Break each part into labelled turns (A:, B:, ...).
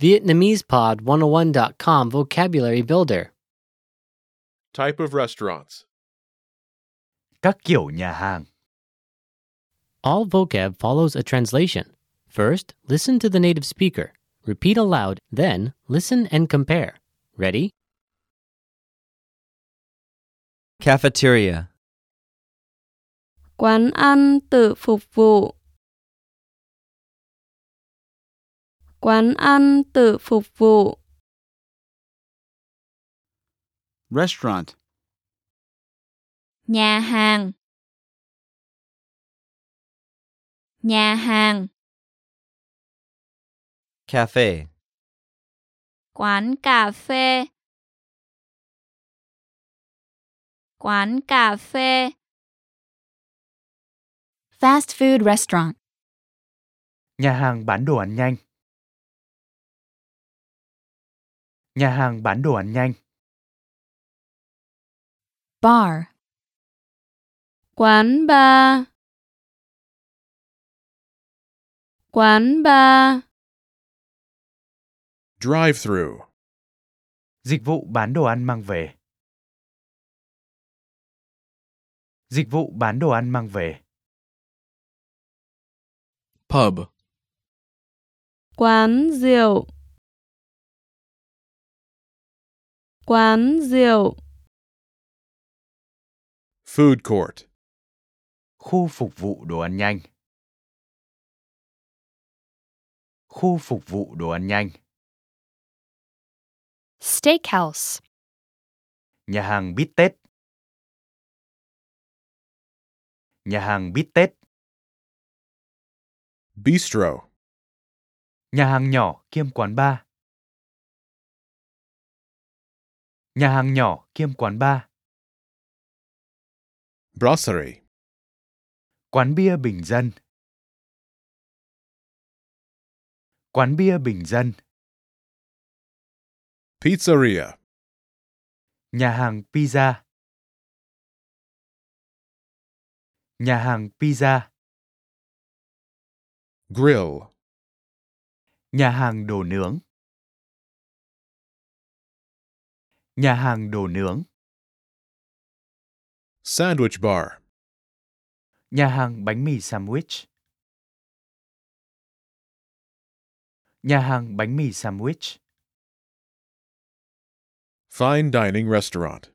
A: VietnamesePod101.com Vocabulary Builder.
B: Type of restaurants.
C: các kiểu nhà hàng
A: All vocab follows a translation. First, listen to the native speaker. Repeat aloud, then, listen and compare. Ready?
D: Cafeteria.
E: quán ăn tự phục vụ quán ăn tự phục vụ
F: restaurant,
E: nhà hàng nhà hàng
D: Cafe.
E: quán cà phê quán cà phê
G: Fast food restaurant.
C: nhà hàng bán đồ ăn nhanh nhà hàng bán đồ ăn nhanh
G: Bar.
E: quán bar quán bar
B: Drive through.
C: dịch vụ bán đồ ăn mang về dịch vụ bán đồ ăn mang về
B: Pub.
E: quán rượu quán rượu
B: Food court.
C: khu phục vụ đồ ăn nhanh khu phục vụ đồ ăn nhanh
G: Steakhouse.
C: nhà hàng bít tết nhà hàng bít tết
B: Bistro.
C: nhà hàng nhỏ kiêm quán bar nhà hàng nhỏ kiêm quán bar
B: Brasserie.
C: quán bia bình dân quán bia bình dân
B: Pizzeria.
C: nhà hàng pizza nhà hàng pizza
B: Grill.
C: nhà hàng đồ nướng nhà hàng đồ nướng
B: Sandwich bar.
C: nhà hàng bánh mì sandwich nhà hàng bánh mì sandwich
B: Fine dining restaurant.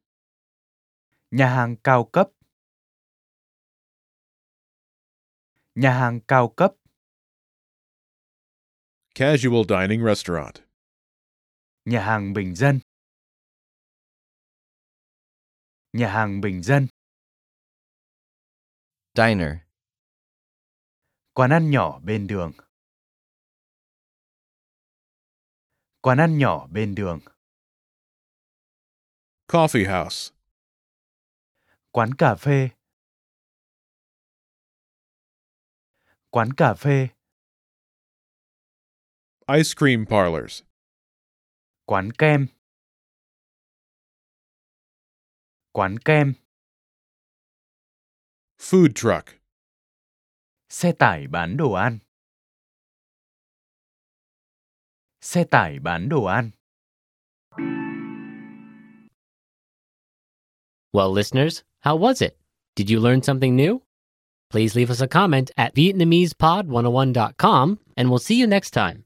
C: nhà hàng cao cấp nhà hàng cao cấp
B: Casual dining restaurant.
C: nhà hàng bình dân nhà hàng bình dân
D: Diner.
C: quán ăn nhỏ bên đường quán ăn nhỏ bên đường
B: Coffee house.
C: quán cà phê quán cà phê
B: Ice cream parlors.
C: quán kem quán kem
B: Food truck.
C: xe tải bán đồ ăn xe tải bán đồ ăn
A: Well, listeners, how was it? Did you learn something new? oh Please leave us a comment at VietnamesePod101.com, and we'll see you next time.